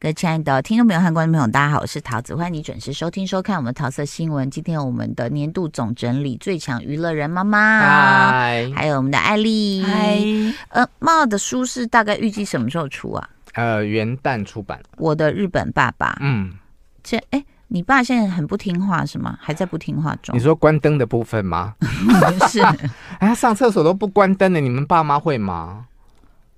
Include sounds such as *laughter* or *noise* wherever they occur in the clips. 各位亲爱的听众朋友和观众朋友，大家好，我是桃子，欢迎你准时收听收看我们桃色新闻。今天我们的年度总整理最强娱乐人妈妈，嗨，还有我们的艾丽。呃，妈的书是大概预计什么时候出啊？呃，元旦出版，我的日本爸爸，嗯，这哎，你爸现在很不听话是吗？还在不听话中你？说关灯的部 *laughs* 分吗？是，哎，他上厕所都不关灯的，你们爸妈会吗？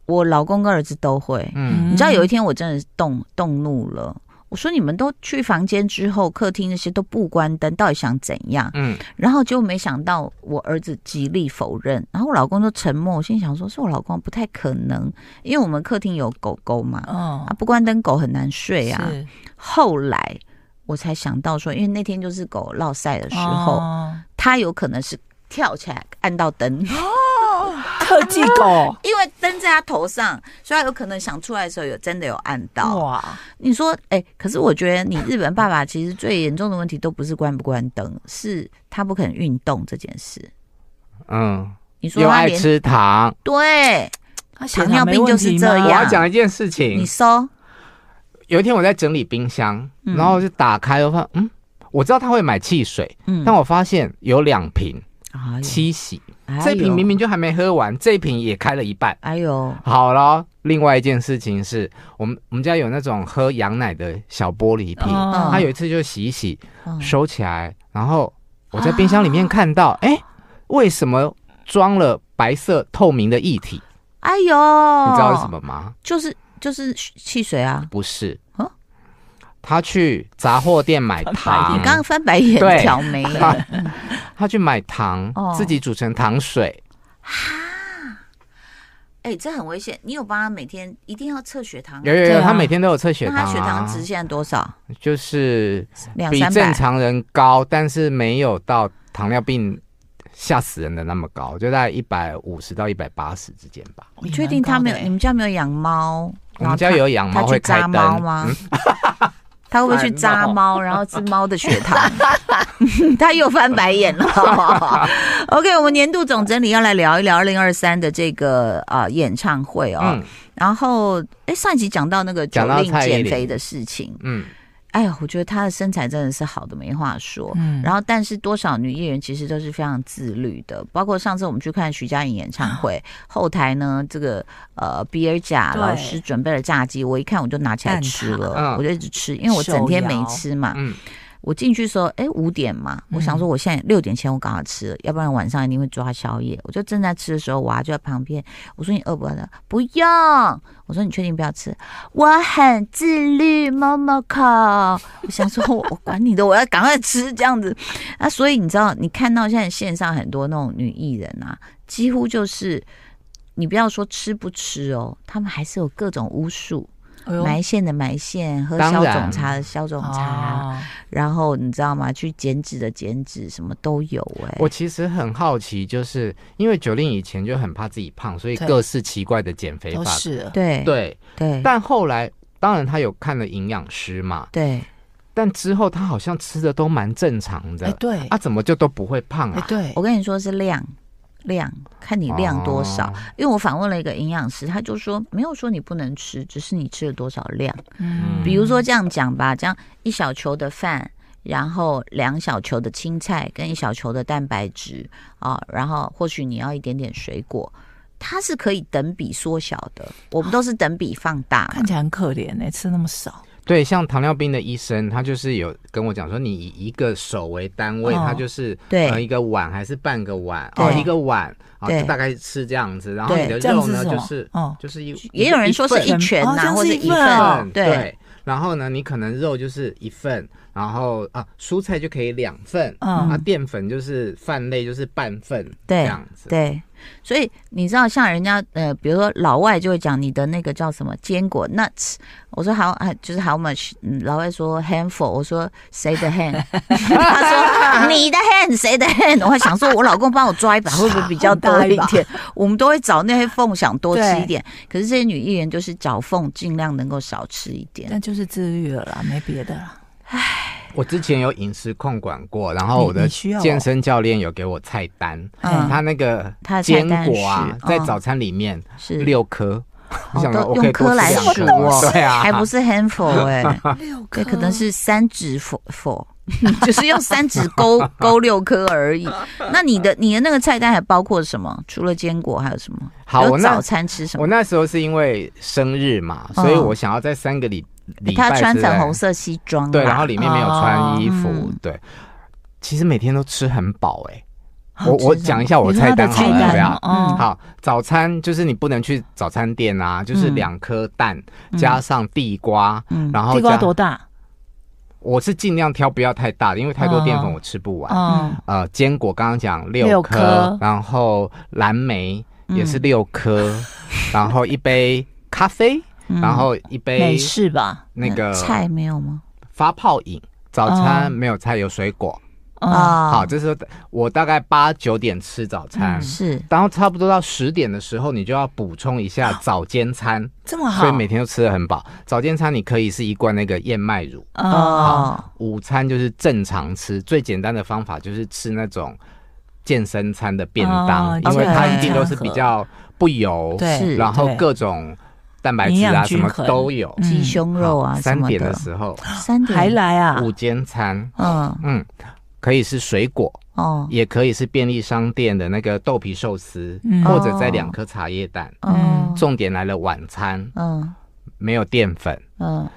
我老公跟儿子都会。嗯你知道有一天我真的动动怒了，我说你们都去房间之后，客厅那些都不关灯，到底想怎样？嗯，然后就没想到我儿子极力否认，然后我老公就沉默。我心想说，是我老公不太可能，因为我们客厅有狗狗嘛，哦啊，，不关灯狗很难睡啊。是后来我才想到说，因为那天就是狗落晒的时候，哦它有可能是跳起来按到灯，特技狗 *laughs* 因为灯在它头上，所以它有可能想出来的时候有真的有按到。哇，你说，哎、可是我觉得你日本爸爸其实最严重的问题都不是关不关灯，是他不肯运动这件事。嗯，你说又他爱连啊吃糖。对，他糖尿病就是这我要样讲一件事你情，搜有一天我在整理冰箱，嗯然后就打开，我发嗯，我知道他会买汽水，嗯但我发现有两瓶哎呦七喜，哎呦这瓶明明就还没喝完，这瓶也开了一半。哎呦，好了，另外一件事情是我们我们家有那种喝羊奶的小玻璃瓶，哦他有一次就洗一洗，嗯啊收起来，然后我在冰箱里面看到，哎、为什么装了白色透明的液体？哎呦，你你知道是什？么嗯吗？就是就是汽水啊！不是哦，他去杂货店买你糖，刚刚翻白眼对挑 *laughs* 眉，他他去买糖哦，自己煮成糖水。哎，这很危险。你有帮他每天一定要测血糖啊？有有对有，啊他每天都有测血那糖他血啊糖，值现在多少？就是两比三正百。常人高，但是没有到糖尿病吓死人的那么高，就在一百五十到一百八十之间吧。你确定他没有？也你们蛮高的欸家没有养猫？我然后们家他有养他猫去会开扎灯，嗯猫吗？ *laughs* 他会不会去扎猫，然后吃猫的血糖？ *laughs* 他又翻白眼了。OK，我们年度总整理要来聊一聊二零二三的这个呃演唱会哦。嗯然后，哎，上一集讲到那个九讲到令蔡依减林肥的事情，嗯，哎呀，我觉得她的身材真的是好的没话说。嗯然后，但是多少女艺人其实都是非常自律的，包括上次我们去看徐佳莹演唱 *laughs* 会，后台呢，这个呃比尔贾对老师准备了炸鸡，我一看我就拿起来蛋挞吃了，嗯我就一直吃，因为我整天没吃嘛。嗯我进去的时候，哎，五点嘛，我嗯想说我现在六点前我赶快吃了，要不然晚上一定会抓宵夜。我就正在吃的时候，娃就在旁边，我说你饿不饿？不用。我说你确定不要吃？我很自律，某某口。我想说我，我管你的，我要赶快吃这样子。啊，所以你知道，你看到现在线上很多那种女艺人啊，几乎就是你不要说吃不吃哦，他们还是有各种巫术，哎呦埋线的埋线，喝当消然肿茶的啊消肿茶，哦然后你知道吗？去减脂的减脂，什么都有哎、我其实很好奇，就是因为九令以前就很怕自己胖，所以对各式奇怪的减肥都法。是了对对，对但后来当然他有看了营养师嘛，对，但之后他好像吃的都蛮正常哎的，对啊，怎么就都不会胖哎啊？对我跟你说是量量，看你量多少。哦因为我访问了一个营养师，他就说没有说你不能吃，只是你吃了多少量。嗯比如说这样讲嗯吧，这样一小球的饭，然后两小球的青菜跟一小球的蛋白质啊、然后或许你要一点点水果，它是可以等比缩小的。我哦们都是等比放大嘛看起来很可怜哎，吃那么少对，像糖尿病的医生，他就是有跟我讲说，你以一个手为单位，哦他就是对呃一个碗还是半个碗，对哦，一个碗，啊，对就大概是这样子，然后对你的这样肉子呢是什就么是哦就是一也有人说是一拳哦这呐、样或者是一一份，份哦份，对，对。然后呢，你可能肉就是一份，然后啊，蔬菜就可以两份，嗯啊，淀粉就是饭类就是半份，对这样子，对，所以你知道，像人家呃，比如说老外就会讲你的那个叫什么坚果 nuts，我说 how 啊就是 how much，嗯，老外说 handful，我说谁的 hand，他说你的 hand 谁的 hand，我还想说我老公帮我抓一把会不会比较多一点？ *laughs* 我们都会找那些缝想多吃一点，可是这些女艺人就是找缝尽量能够少吃一点。但就是自律了啦，没别的啦。我之前有饮食控管过，然后你我的你需要哦健身教练有给我菜单，嗯他那个他的菜坚单果啊是，在嗯早餐里面是哦六颗，你想都说我用可以多颗来吃两数颗吗哦对啊，还不是 *laughs* handful 哎、六对，可能是三指否否， *laughs* 就是用三指勾 *laughs* 勾六颗而已。那你的你的那个菜单还包括什么？除了坚果还有什么？好，有我那早餐吃什我么？嗯那时候是因为生日嘛，所以我想要在三个礼哎礼他拜要穿之内粉红色西装啊啦，对，然后里面没有穿衣服，哦嗯对。其实每天都吃很饱哎、好哦我吃我什么讲一下哦我你说他菜的单好菜了，单要不要？哦嗯好，早餐就是你不能去早餐店啊，就是嗯两颗蛋、加上地瓜，嗯然后嗯地瓜加多大？我是尽量挑不要太大的，因为太多淀粉哦我吃不完。嗯，呃，坚果刚刚讲六六颗，颗嗯然后蓝莓也是六颗，然后一杯咖啡，嗯然后一杯美式吧。那个菜没有吗？发泡饮。早哦餐没有菜，有水果。啊，哦好，嗯这是我大概八九点吃早嗯餐，是然后差不多到十点的时候，你就要补充一下哦早间餐，这么好。所以每天都吃的很饱。早间餐你可以是一罐那个燕麦乳，啊，哦，午餐就是正常吃，最简单的方法就是吃那种健身餐的便当，哦因为健身它餐一定都是比较不油，对是然后对各种蛋白质营啊养什均么衡都有。嗯鸡胸肉啊好什三么点的的，时候，三点还来啊？午间餐，嗯嗯，可以是水果，哦也可以是便利商店的那个豆皮寿司，嗯或者再两颗茶叶蛋。嗯重点来了，晚餐嗯没有淀粉，嗯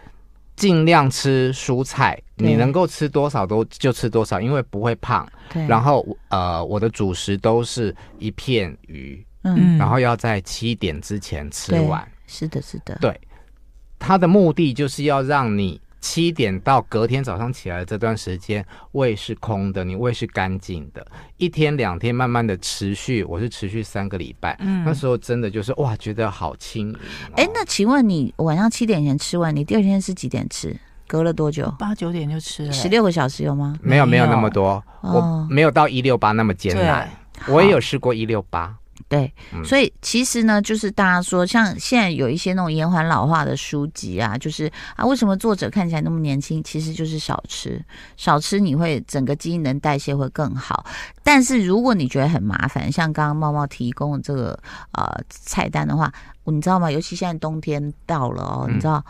尽量吃蔬菜，对你能够吃多少都就吃多少，因为不会胖。对，然后后呃，我的主食都是一片鱼，嗯然后要在七点之前吃完。是的是的，对它的目的就是要让你七点到隔天早上起来的这段时间，胃是空的，你胃是干净的。一天两天，慢慢的持续，我是持续三个礼拜。嗯那时候真的就是哇，觉得好轻盈、哦。哎，那请问你晚上七点前吃完，你第二天是几点吃？隔了多久？八九点就吃了。十六个小时有吗？没有没有那么多，哦我没有到一六八那么艰难。我也有试过一六八，对，嗯所以其实呢，就是大家说，像现在有一些那种延缓老化的书籍啊，就是啊，为什么作者看起来那么年轻？其实就是少吃，少吃你会整个基因能代谢会更好。但是如果你觉得很麻烦，像刚刚猫猫提供的这个呃菜单的话，你知道吗？尤其现在冬天到了哦，嗯你知道。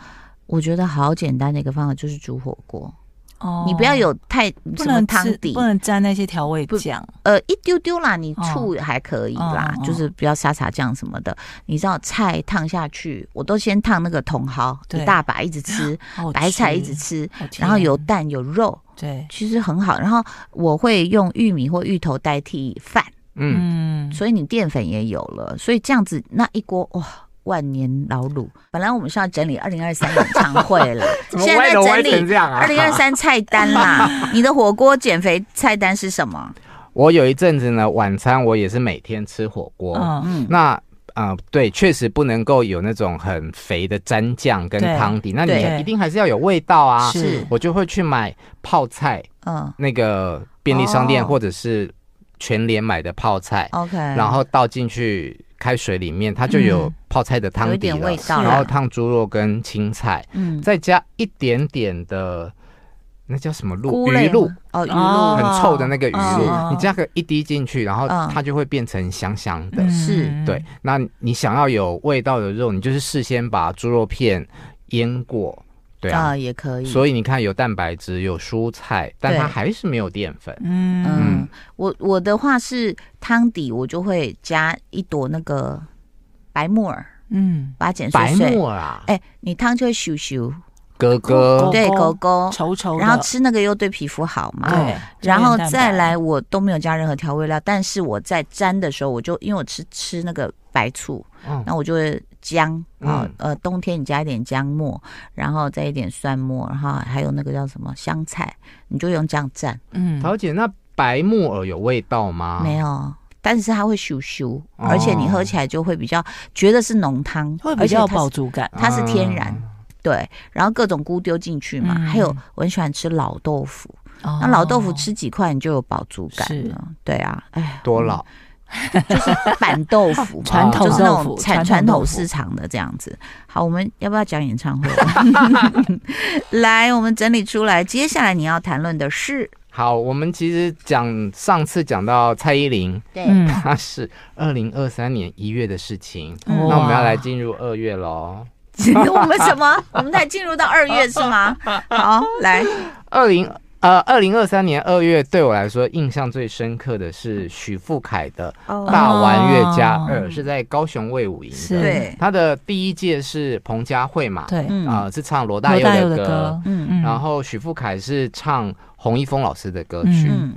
我觉得好简单的一个方法就是煮火锅，哦你不要有太不什么能汤吃，底不，能沾那些调味酱。呃，一丢丢啦，你醋还可以啦，哦哦就是不要沙茶酱什么的。你知道菜烫下去，我都先烫那个茼蒿，对一大把一直吃，好白菜一直吃吃，好甜然后有蛋有肉，对，其实很好。然后我会用玉米或芋头代替饭，嗯，嗯，所以你淀粉也有了，所以这样子那一锅哇。万年老卤，本来我们是要整理二零二三演唱会 *laughs* 了，现在在楼整理这样啊二零二三菜单 *laughs* 啦。你的火锅减肥菜单是什么？我有一阵子呢，晚餐我也是每天吃火锅。嗯嗯，那呃，对，确实不能够有那种很肥的蘸酱跟对汤底，那对你一定还是要有味道啊。是我就会去买泡菜，嗯那个便利商店哦或者是全联买的泡菜， ，OK。然后倒进去开水里面，它就有嗯泡菜的有汤一底点了味，道然后啦烫猪肉跟青菜，嗯，再加一点点的那叫什么露菇鱼类露吗，哦，鱼哦露很臭的那个鱼露，哦你加个一滴进去，然后嗯它就会变成香香的。嗯是对，，那你想要有味道的肉，你就是事先把猪肉片腌过，对啊。啊也可以。所以你看，有蛋白质，有蔬菜，但对它还是没有淀粉。嗯，嗯，我我的话是汤底，我就会加一朵那个白木耳，嗯，把它剪白碎碎。木耳啊，哎，你汤就会咻咻，哥哥狗，对哦狗狗狗，稠稠的，哦然后吃那个又对皮肤好嘛。对，然后胶原蛋白再来，我都没有加任何调味料，但是我在沾的时候，我就因为我吃吃那个白醋，嗯，那我就会姜啊、嗯呃，冬天你加一点姜末，然后再一点蒜末，然后还有那个叫什么香菜，你就用这样蘸，嗯，桃姐，那白木耳有味道啊吗？没有，有。但是它会咻咻，而且你哦喝起来就会比较觉得是浓汤，会而比且较有它饱是足感，它是天然对，然后各种菇丢进去嘛，嗯还有我很喜欢吃老豆腐，那那老豆腐吃几块你就有饱足感哦是了，对啊，哎，多老。就是板豆腐嘛， *laughs* 传统就是那豆种腐传传传统豆统腐市场的这样子。好，我们要不要讲演 *laughs* *laughs* 唱会？来，我们整理出来，接下来你要谈论的是好，我们其实讲上次讲到蔡依林，对嗯，她是二零二三年一月的事情，嗯那我们要来哇进入二月喽。 *laughs* 我们什么？我们才进入到二月是 *laughs* 吗？好，来，二零呃二零二三年二月对我来说印象最深刻的是许富凯的《哦，大玩乐家二哦》，是在高雄卫武营是的。对，他的第一届是彭佳慧嘛，对，嗯啊、是唱罗大罗佑大佑的歌的歌，，嗯嗯然后许富凯是唱洪一峰老师的歌曲。嗯嗯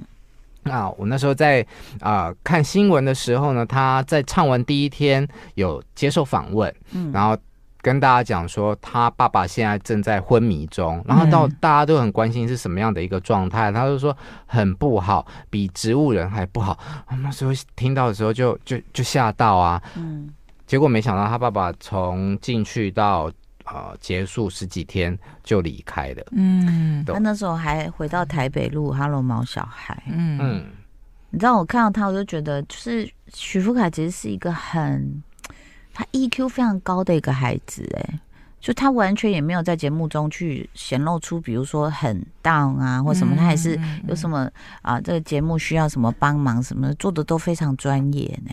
那我那时候在啊、呃看新闻的时候呢，他在唱完第一天有接受访问，嗯然后跟大家讲说他爸爸现在正在昏迷中，然后到大家都很关心是什么样的一个状态，他就说很不好，比植物人还不好。我那时候听到的时候就就就吓到啊，嗯，结果没想到他爸爸从进去到呃结束十几天就离开了，嗯对他那时候还回到台北路哈喽毛小孩，嗯嗯你知道我看到他，我就觉得，就是许富凯其实是一个很，他 EQ 非常高的一个孩子、哎，就他完全也没有在节目中去显露出，比如说很 down 啊或什么，他还嗯是有嗯什么么啊，这个节目需要什么帮忙什么的，做的都非常专业呢、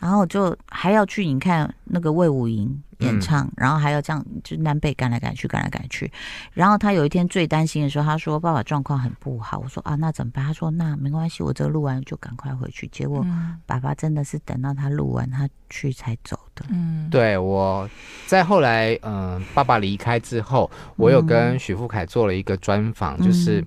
然后就还要去你看那个魏武营演嗯唱，然后还要这样就南北赶来赶去，赶来赶去。然后他有一天最担心的时候，他说爸爸状况很不好。我说啊，那怎么办？他说那没关系，我这录完就赶快回去。结果嗯嗯爸爸真的是等到他录完他去才走的。嗯，对我在后来，嗯、爸爸离开之后，我有跟许富凯做了一个专访，嗯就是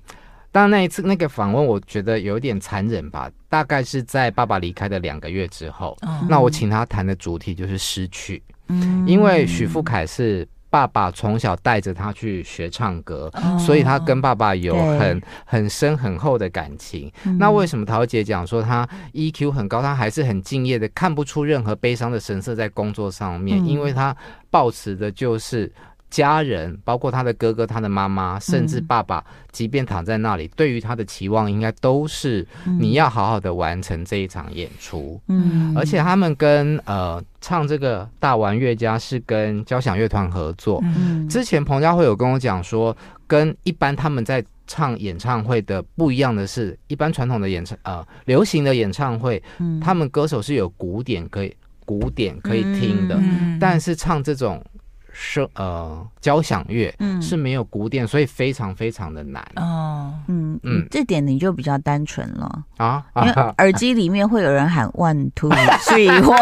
当然那一次那个访问，我觉得有点残忍吧，大概是在爸爸离开的两个月之后，哦那我请他谈的主题就是失去，嗯因为许富凯是。爸爸从小带着他去学唱歌，哦所以他跟爸爸有对很很深很厚的感情。嗯那为什么桃姐讲说她 EQ 很高，她还是很敬业的，看不出任何悲伤的神色在工作上面？嗯因为她抱持的就是家人，包括她的哥哥、她的妈妈，甚至爸爸，即便躺在那里，对于她的期望应该都是你要好好的完成这一场演出。嗯而且他们跟呃唱这个大玩乐家是跟交响乐团合作，哦嗯之前彭佳慧有跟我讲说，跟一般他们在唱演唱会的不一样的是，一般传统的演唱呃流行的演唱会，嗯他们歌手是有古典可以古典可以听的，嗯但是唱这种声呃交响乐嗯是没有古典，所以非常非常的难哦，嗯嗯嗯，这点你就比较单纯了。啊因为啊！耳机里面会有人喊 one two three 或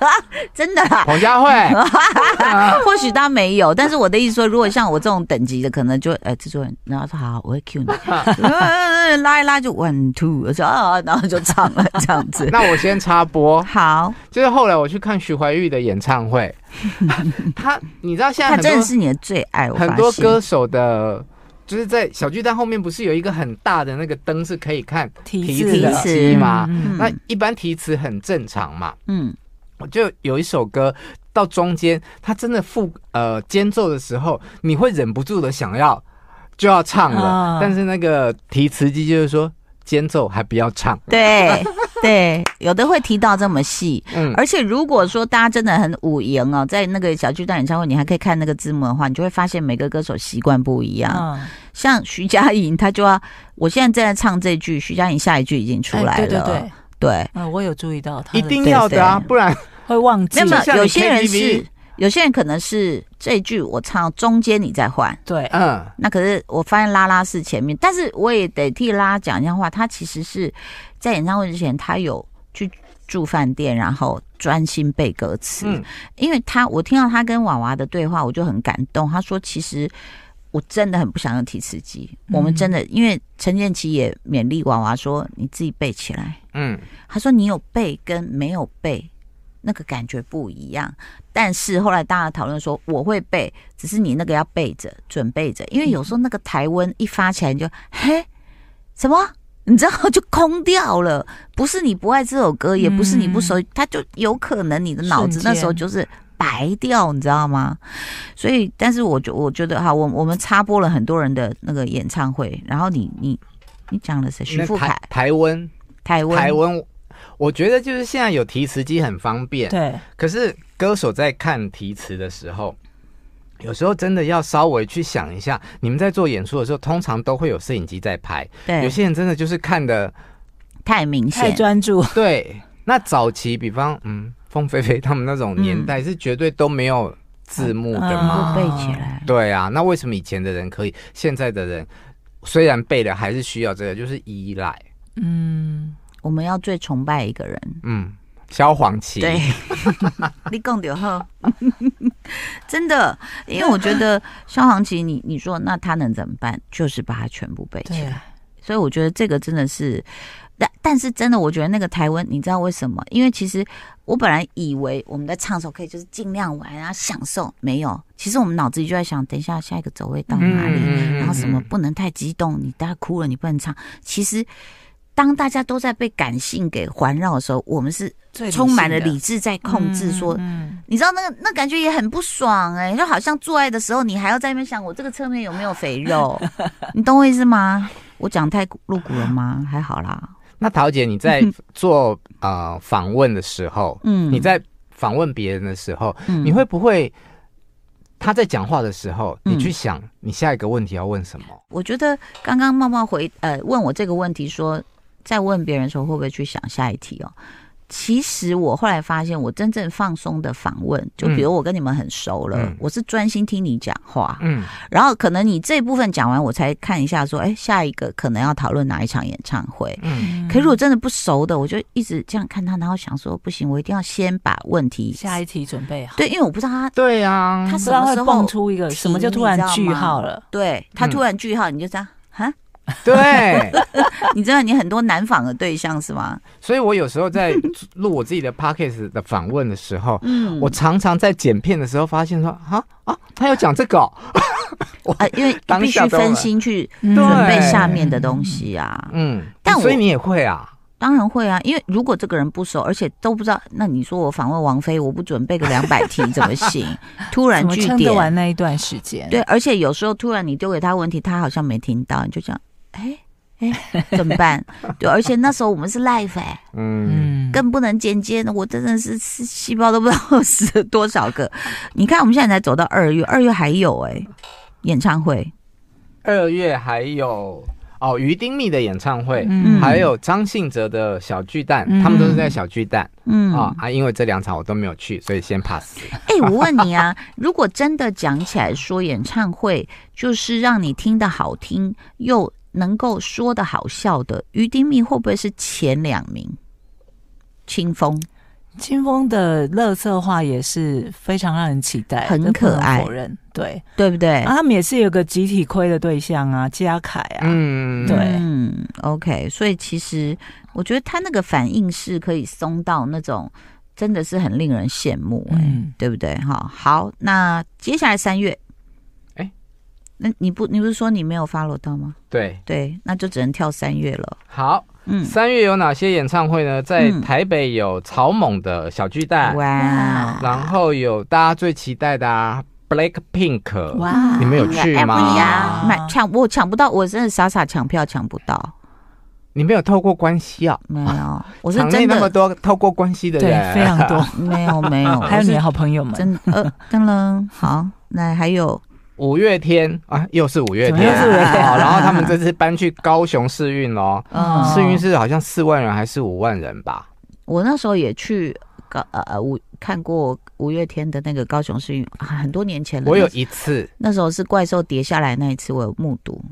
*laughs* 真的啦。彭 *laughs* 佳慧，啊或许他没有，但是我的意思说，如果像我这种等级的，可能就呃制作人，然后说好，我会 cue 你， *laughs* 呃拉一拉就 one two，我说啊，然后就唱了这样 *laughs* 子。那我先插播，好，就是后来我去看徐怀钰的演唱会，他你知道现在他很多真的是你的最爱，我很发多歌现。手的，就是在小巨蛋后面不是有一个很大的那个灯是可以看提子子的提题词吗？嗯那一般题词很正常嘛，嗯，我就有一首歌到中间，它真的副呃间奏的时候，你会忍不住的想要就要唱了，啊但是那个提词机就是说间奏还不要唱， *laughs* 对对，有的会提到这么细，嗯，而且如果说大家真的很五言哦，在那个小巨蛋演唱会，你还可以看那个字幕的话，你就会发现每个歌手习惯不一样。嗯像徐佳莹，她就要，我现在正在唱这句，徐佳莹下一句已经出来了，哎对对对，对嗯，我有注意到他的，一定要的啊，对对不然会忘记那，么就像你有些人 KTV 是，有些人可能是这一句我唱中间你再换，对，嗯那可是我发现拉拉是前面，但是我也得替拉拉讲一下话，她其实是在演唱会之前，她有去住饭店，然后专心背歌词，嗯因为他我听到他跟娃娃的对话，我就很感动。他说：“其实我真的很不想用提词机，嗯我们真的因为陈建奇也勉励娃娃说，你自己背起来。嗯，他说你有背跟没有背。”那个感觉不一样，但是后来大家讨论说我会背，只是你那个要背着准备着，因为有时候那个台温一发起来，你就嘿什么，你知道 *laughs* 就空掉了。不是你不爱这首歌，也不是你不熟，它就有可能你的脑子嗯瞬间那时候就是白掉，你知道吗？所以，但是我觉我觉得哈，我我们插播了很多人的那个演唱会，然后你你你讲了谁？徐那富凯台、台湾台湾、台湾，我觉得就是现在有提词机很方便，对，可是歌手在看题词的时候，有时候真的要稍微去想一下，你们在做演出的时候，通常都会有摄影机在拍，有对，些人真的就是看的太明太显，专注，对。那早期，比方嗯，凤飞飞他们那种年嗯代是绝对都没有字幕的嘛，就背起来。对啊。那为什么以前的人可以，现在的人虽然背了，还是需要这个，就是依赖。嗯，我们要最崇拜一个人，嗯，萧煌奇， *laughs* 对，你更丢后， *laughs* 真的，因为我觉得萧煌奇，你你说那他能怎么办？就是把它全部背起对来。，所以我觉得这个真的是，但但是真的，我觉得那个台湾，你知道为什么？因为其实我本来以为我们在唱的时候可以就是尽量玩啊，享受，没有，其实我们脑子里就在想，等一下下一个走位到哪里，嗯然后什么不能太激动，你大家哭了你不能唱。其实当大家都在被感性给环绕的时候，我们是最理性充满了的理智在控制说。嗯你知道那个那感觉也很不爽哎、就好像做爱的时候，你还要在那边想我这个侧面有没有肥 *laughs* 肉，你懂我意思吗？我讲太露骨了吗？还好啦，那桃姐，你 *laughs* 在做呃访问的时候，嗯，你在访问别人的时候，嗯你会不会他在讲话的时候，嗯你去想你下一个问题要问什么？我觉得刚刚茂茂回呃问我这个问题说，在问别人的时候会不会去想下一题哦？其实我后来发现，我真正放松的访问，就比如我跟你们很熟了，嗯我是专心听你讲话，嗯，然后可能你这部分讲完，我才看一下说，哎，下一个可能要讨论哪一场演唱会。嗯嗯可是如果真的不熟的，我就一直这样看他，然后想说不行，我一定要先把问题下一题准备好，对，因为我不知道他对 *laughs* 啊，他不什知道么会时蹦候出一个停什么就突然你知道句吗号了，对他突然句号，你就这样哈，对，你知道你很多难访的对象是吗？所以我有时候在录我自己的 podcast 的访问的时候，嗯，我常常在剪片的时候发现说，啊啊，他要讲这个哦、啊，因为你 *laughs* 当必下须都分来心去准准备对下面的东西啊。嗯，但我所以你也会啊，当然会啊，因为如果这个人不熟，而且都不知道，那你说我访问王菲，我不准备个两百题怎么行？突然怎么据撑得点，完那一段时间？对，而且有时候突然你丢给他问题，他好像没听到，你就这样，哎哎，怎么办？对，而且那时候我们是 live 哎、嗯，嗯，更不能剪接呢，我真的是是细胞都不知道 *laughs* 死了多少个。你看我们现在才走到二月，二月还有哎、演唱会，二月还有哦于丁密的演唱会。嗯还有张信哲的小巨蛋，嗯他们都是在小巨蛋嗯啊、啊！因为这两场我都没有去，所以先 *laughs* pass。哎、我问你啊，如果真的讲起来说演唱会，就是让你听的好听又能够说的好笑的，于丁密会不会是前两名？清风清风的乐色化也是非常让人期待，很这不可能爱否认对，对不对？啊，他们也是有个集体亏的对象啊，嘉凯啊，嗯，对嗯，OK，所以其实我觉得他那个反应是可以松到那种，真的是很令人羡慕、哎、嗯对不对？哈，好，那接下来三月，哎那你不你不是说你没有 follow 到吗？对，对，那就只能跳三月了。好，嗯，三月有哪些演唱会呢？在嗯台北有草蜢的小巨蛋，哇然后有大家最期待的、啊、Black Pink，哇你们有去吗哎不一样买抢我抢不到，我真的傻傻抢票抢不到，你没有透过关系啊？嗯没有，我是场内真那么的多透过关系的对，非人，*laughs* 常多，没有没有，还有我是你的好朋友们，真呃噔噔好，那还有五月天啊，又是五月怎天，么又是五月天 *laughs* 哦然后他们这次搬去高雄世运哦，嗯哦世运是好像四万人还是五万人吧？我那时候也去高呃呃五看过五月天的那个高雄市运、啊，很多年前了。我有那时一次，那时候是怪兽跌下来那一次，我有目睹。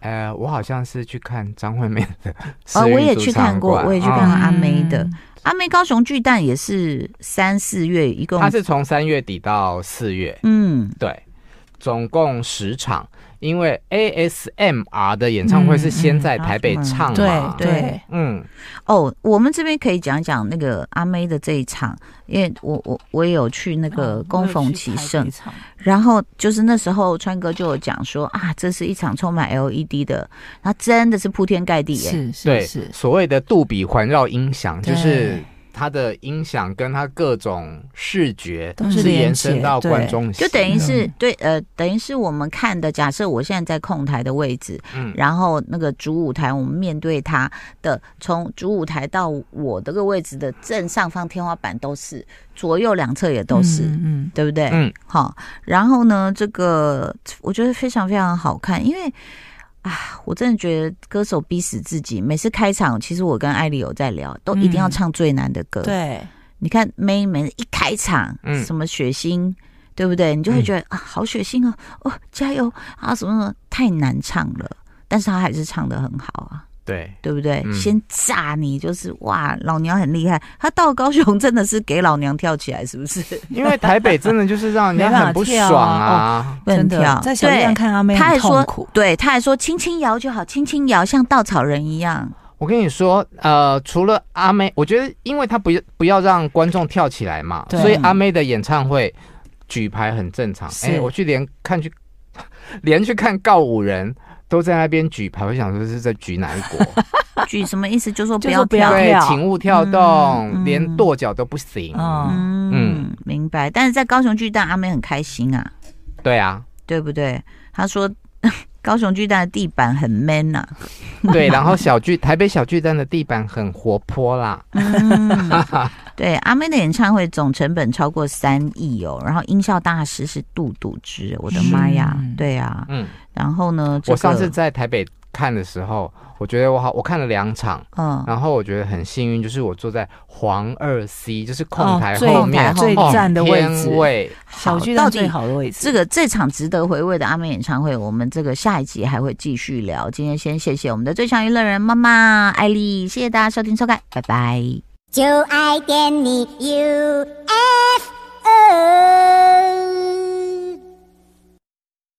呃，我好像是去看张惠妹 *laughs* 哦的世啊，运我也主去场看过，馆我也去看嗯过阿妹的。嗯阿妹啊高雄巨蛋也是三四月，一共他是从三月底到四月，嗯对，总共十场，因为 ASMR 的演唱会是先在台北唱嘛，嗯对对对，嗯，哦，我们这边可以讲讲那个阿妹的这一场，因为我我我也嗯有去那哦个供逢其盛，然后就是那时候川哥就有讲说啊，这是一场充满 LED 的，然后真的是铺天盖地耶，是是对，是，所谓的杜比环绕音响，对就是它的音响跟它各种视觉都是连延接伸到对观众席就的，等于是对呃，等于是我们看的。假设我现在在控台的位置，嗯然后那个主舞台，我们面对它的，从主舞台到我这个位置的正上方天花板都是，左右两侧也都是，嗯，对不对？嗯，好，然后呢，这个我觉得非常非常好看，因为啊，我真的觉得歌手逼死自己，每次开场，其实我跟艾丽有在聊，都一定要嗯唱最难的歌。嗯对，你看 May 每一开场，嗯什么血腥，对不对？你就会觉得、啊，好血腥哦，哦，加油啊，什么什么，太难唱了。但是他还是唱的很好啊，对，对不对？嗯先炸你，就是哇，老娘很厉害。他到高雄真的是给老娘跳起来，是不是？因为台北真的就是让人没家办法很不跳啊爽啊，不能 *laughs* 真的跳，在小巨蛋对看阿妹他还很说痛苦，，对，他还说轻轻摇就好，轻轻摇像稻草人一 *laughs* 样。我跟你说，呃，除了阿妹，我觉得因为她不要不要让观众跳起来嘛，对所以阿妹的演唱会举牌很正常。是哎、我去连看去 *laughs* 连去看告五人都在那边举牌，我想说是在举哪一国？举什么意思？就说不就要说不 *laughs* 跳要。对跳，请勿跳动，嗯连跺脚都不行。嗯嗯，明白。但是在高雄巨蛋，阿妹很开心啊，对 *laughs* 啊，对不对？他说 *laughs* 高雄巨蛋的地板很 man 啊。对，然后小巨台北小巨蛋的地板很活泼啦，嗯， *laughs* 对，阿妹的演唱会总成本超过三亿哦，然后音效大师是杜笃之，我的妈呀嗯！对啊，嗯。然后呢，这我上个次在台北看的时候，我觉得我好，我看了两场，嗯，然后我觉得很幸运，就是我坐在黄二 C，就是控哦台最后面、最哦赞的位置天位小巨到蛋底最好的位置，这个这场值得回味的阿妹演唱会，我们这个下一集还会继续聊。今天先谢谢我们的最强娱乐人妈妈艾丽，谢谢大家收听收看，拜拜。就爱点你 UFO。